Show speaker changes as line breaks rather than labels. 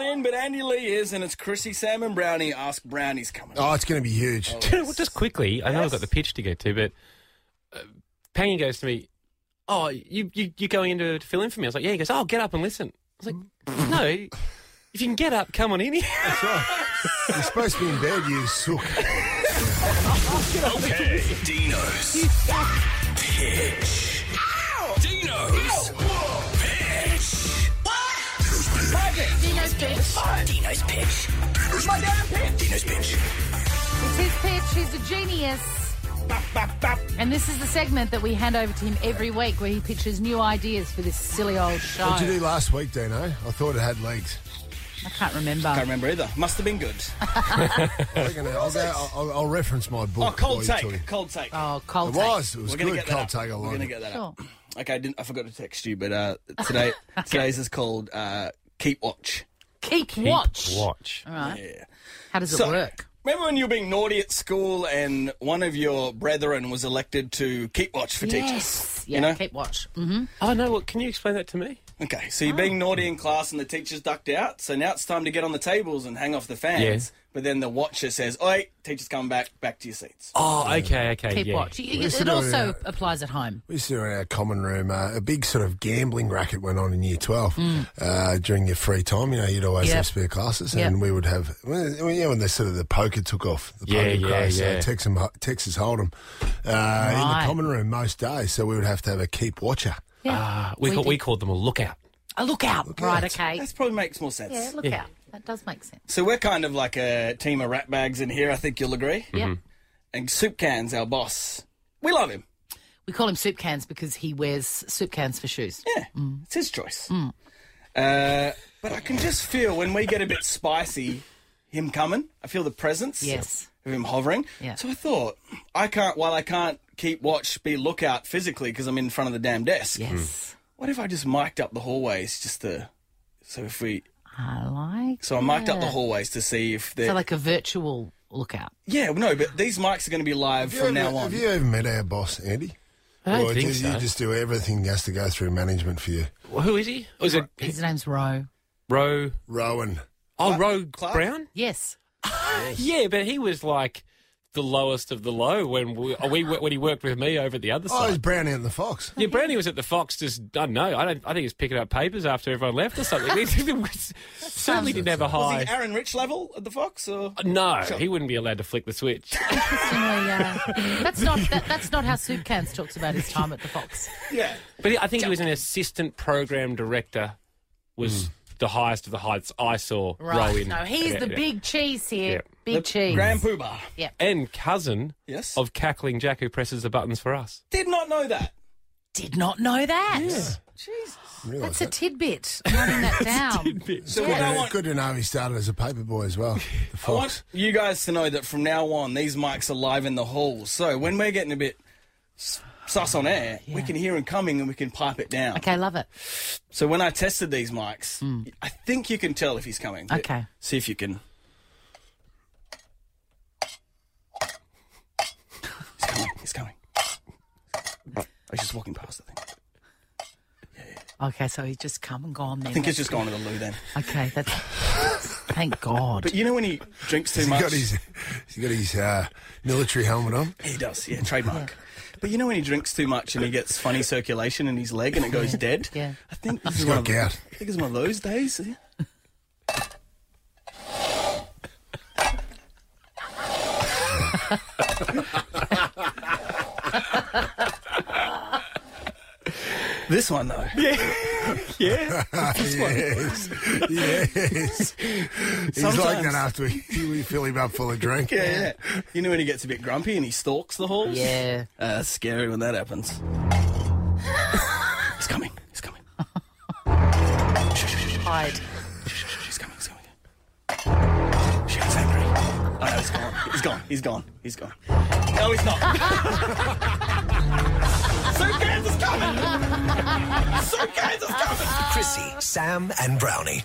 in, but Andy Lee is, and it's Chrissy Salmon Brownie. Ask Brownie's coming.
Oh, it's going to be huge.
Well, Just quickly, I know I've got the pitch to get to, but uh, Pangy goes to me, "Oh, you you you going in to, to fill in for me?" I was like, "Yeah." He goes, "Oh, get up and listen." I was like, "No, if you can get up, come on in here."
You're supposed to be in bed, you sook.
Okay. Dino's pitch. Dino's pitch.
Dino's pitch.
Dino's pitch. My damn pitch. Dino's pitch.
It's his pitch. He's a genius. And this is the segment that we hand over to him every week where he pitches new ideas for this silly old show.
What did you do last week, Dino? I thought it had legs.
I can't remember.
Can't remember either. Must have been good.
Oh, I reckon I'll, go, I'll, I'll- I'll reference my book.
Oh, cold
while you
take.
talk.
Cold take.
Oh,
Ah,
cold
It
take.
was. It was
We're gonna
good.
get that
cold
up.
take. I
We're
like
gonna
it.
get that
Sure.
up. Okay, I didn't. I forgot to text you, but uh, today today's is called uh, Keep Watch.
Keep, watch.
Watch.
All right.
Yeah.
How does it
So-
work?
Remember when you were being naughty at school and one of your brethren was elected to keep watch for teachers?
Yes. Yeah,
You know?
keep watch. hmm
Oh no! What can you explain that to me?
Okay, so you're
Oh.
being naughty in class and the teacher's ducked out, so now it's time to get on the tables and hang off the fans. But then the watcher says, Oi, teacher's come back, back to your seats.
Oh, okay, okay,
Keep
yeah.
watch. You- It,
used to
it
do it
also
in
applies at home.
We used to do in our common room uh, a big sort of gambling racket went on in year 12
Hmm.
uh, during your free time. You know, you'd always
Yep.
have spare classes
Yep.
and we would have, when, when- yeah, when the sort of the poker took off, the
Yeah,
poker
yeah,
craze,
yeah.
Uh, Texas, Texas Hold'em, uh, in
Right.
the common room most days. So we would have to have a keep watcher.
Yeah.
We,
We
call,
did.
we called them a lookout.
a look out. right, okay.
That probably makes more sense.
Yeah, look out. That does make sense.
So we're kind of like a team of rat bags in here, I think you'll agree.
Yeah.
And Soup Can's our boss. We love him.
We call him soup cans because he wears soup cans for shoes.
Yeah,
Mm.
it's his choice. Uh, but I can just feel when we get a bit spicy, him coming. I feel the presence
Yes.
of him hovering.
Yeah.
So I thought, I can't, while I can't keep watch, be lookout physically because I'm in front of the damn desk,
Yes.
what if I just mic'd up the hallways just to. So if we.
I like.
So I mic'd up the
that.
hallways to see if they're.
So like a virtual lookout.
yeah, no, but these mics are going to be live
Have you
from
ever-
now on.
Have you ever met our boss, Andy?
I don't
Or
think
do
so.
You just do everything has to go through management for you.
Well, Who is he? Was it
His name's Roe.
Roe?
Rowan.
Oh, Roe
Clark?
Brown?
Yes.
Yeah, but he was like the lowest of the low when we, oh, we when he worked with me over at the other
Oh,
side.
he's brown out in the fox.
Yeah, Brownie was at the Fox. Just I don't know. I don't. I think he was picking up papers after everyone left or something. He certainly didn't have a
Was
high.
he Aaron Rich level at the Fox? Or?
No, he wouldn't be allowed to flick the switch.
Interestingly, uh, that's not that, that's not how soup cans talks about his time at the Fox.
Yeah.
But he- I think he was an assistant program director. Was the highest of the heights I saw.
Right.
row in.
No, he's
Yeah,
the
yeah.
big cheese here.
Yeah.
Big cheese.
Grand Poobah.
and cousin
Yes.
of cackling Jack who presses the buttons for us.
Did not know that.
Did not know that.
Jesus.
I didn't realise
That's a
that.
tidbit. I'm writing that down.
So
Good
what I
to-
want,
Good to know he started as a paper boy as well. The
I
fox.
want you guys to know that from now on, these mics are live in the hall. So when we're getting a bit s- sus on air, we can hear them coming and we can pipe it down.
Okay, love it.
So when I tested these mics, I think you can tell if he's coming. but
Okay.
See if you can. He's coming. He's coming. He's just walking past, I think.
Okay, so he's just come and gone. Then.
I think he's just gone to the loo then.
Okay, that's. Thank God.
But you know when he drinks too
He's
much?
got his, he's got his uh, military helmet on.
He does, yeah, trademark. But you know when he drinks too much and he gets funny circulation in his leg and it goes dead?
Yeah.
I think this is
He's
one
got
of,
gout.
I think it's one of those days. yeah. this one though.
Yeah.
yes, yes. He's like
Sometimes.
that after we, we fill him up full of drink.
Yeah, yeah. You know when he gets a bit grumpy and he stalks the halls?
Yeah.
Uh, that's scary when that happens. he's coming. He's coming. Shh, shh, shh, shh, shh.
Hide.
Shh, shh, shh, He's coming. He's coming. Shit, he's angry. Oh no, he's gone. He's gone. He's gone. He's gone. No, he's not. Soup cans is coming. Soup cans is coming.
Chrissy, Sam, and Brownie.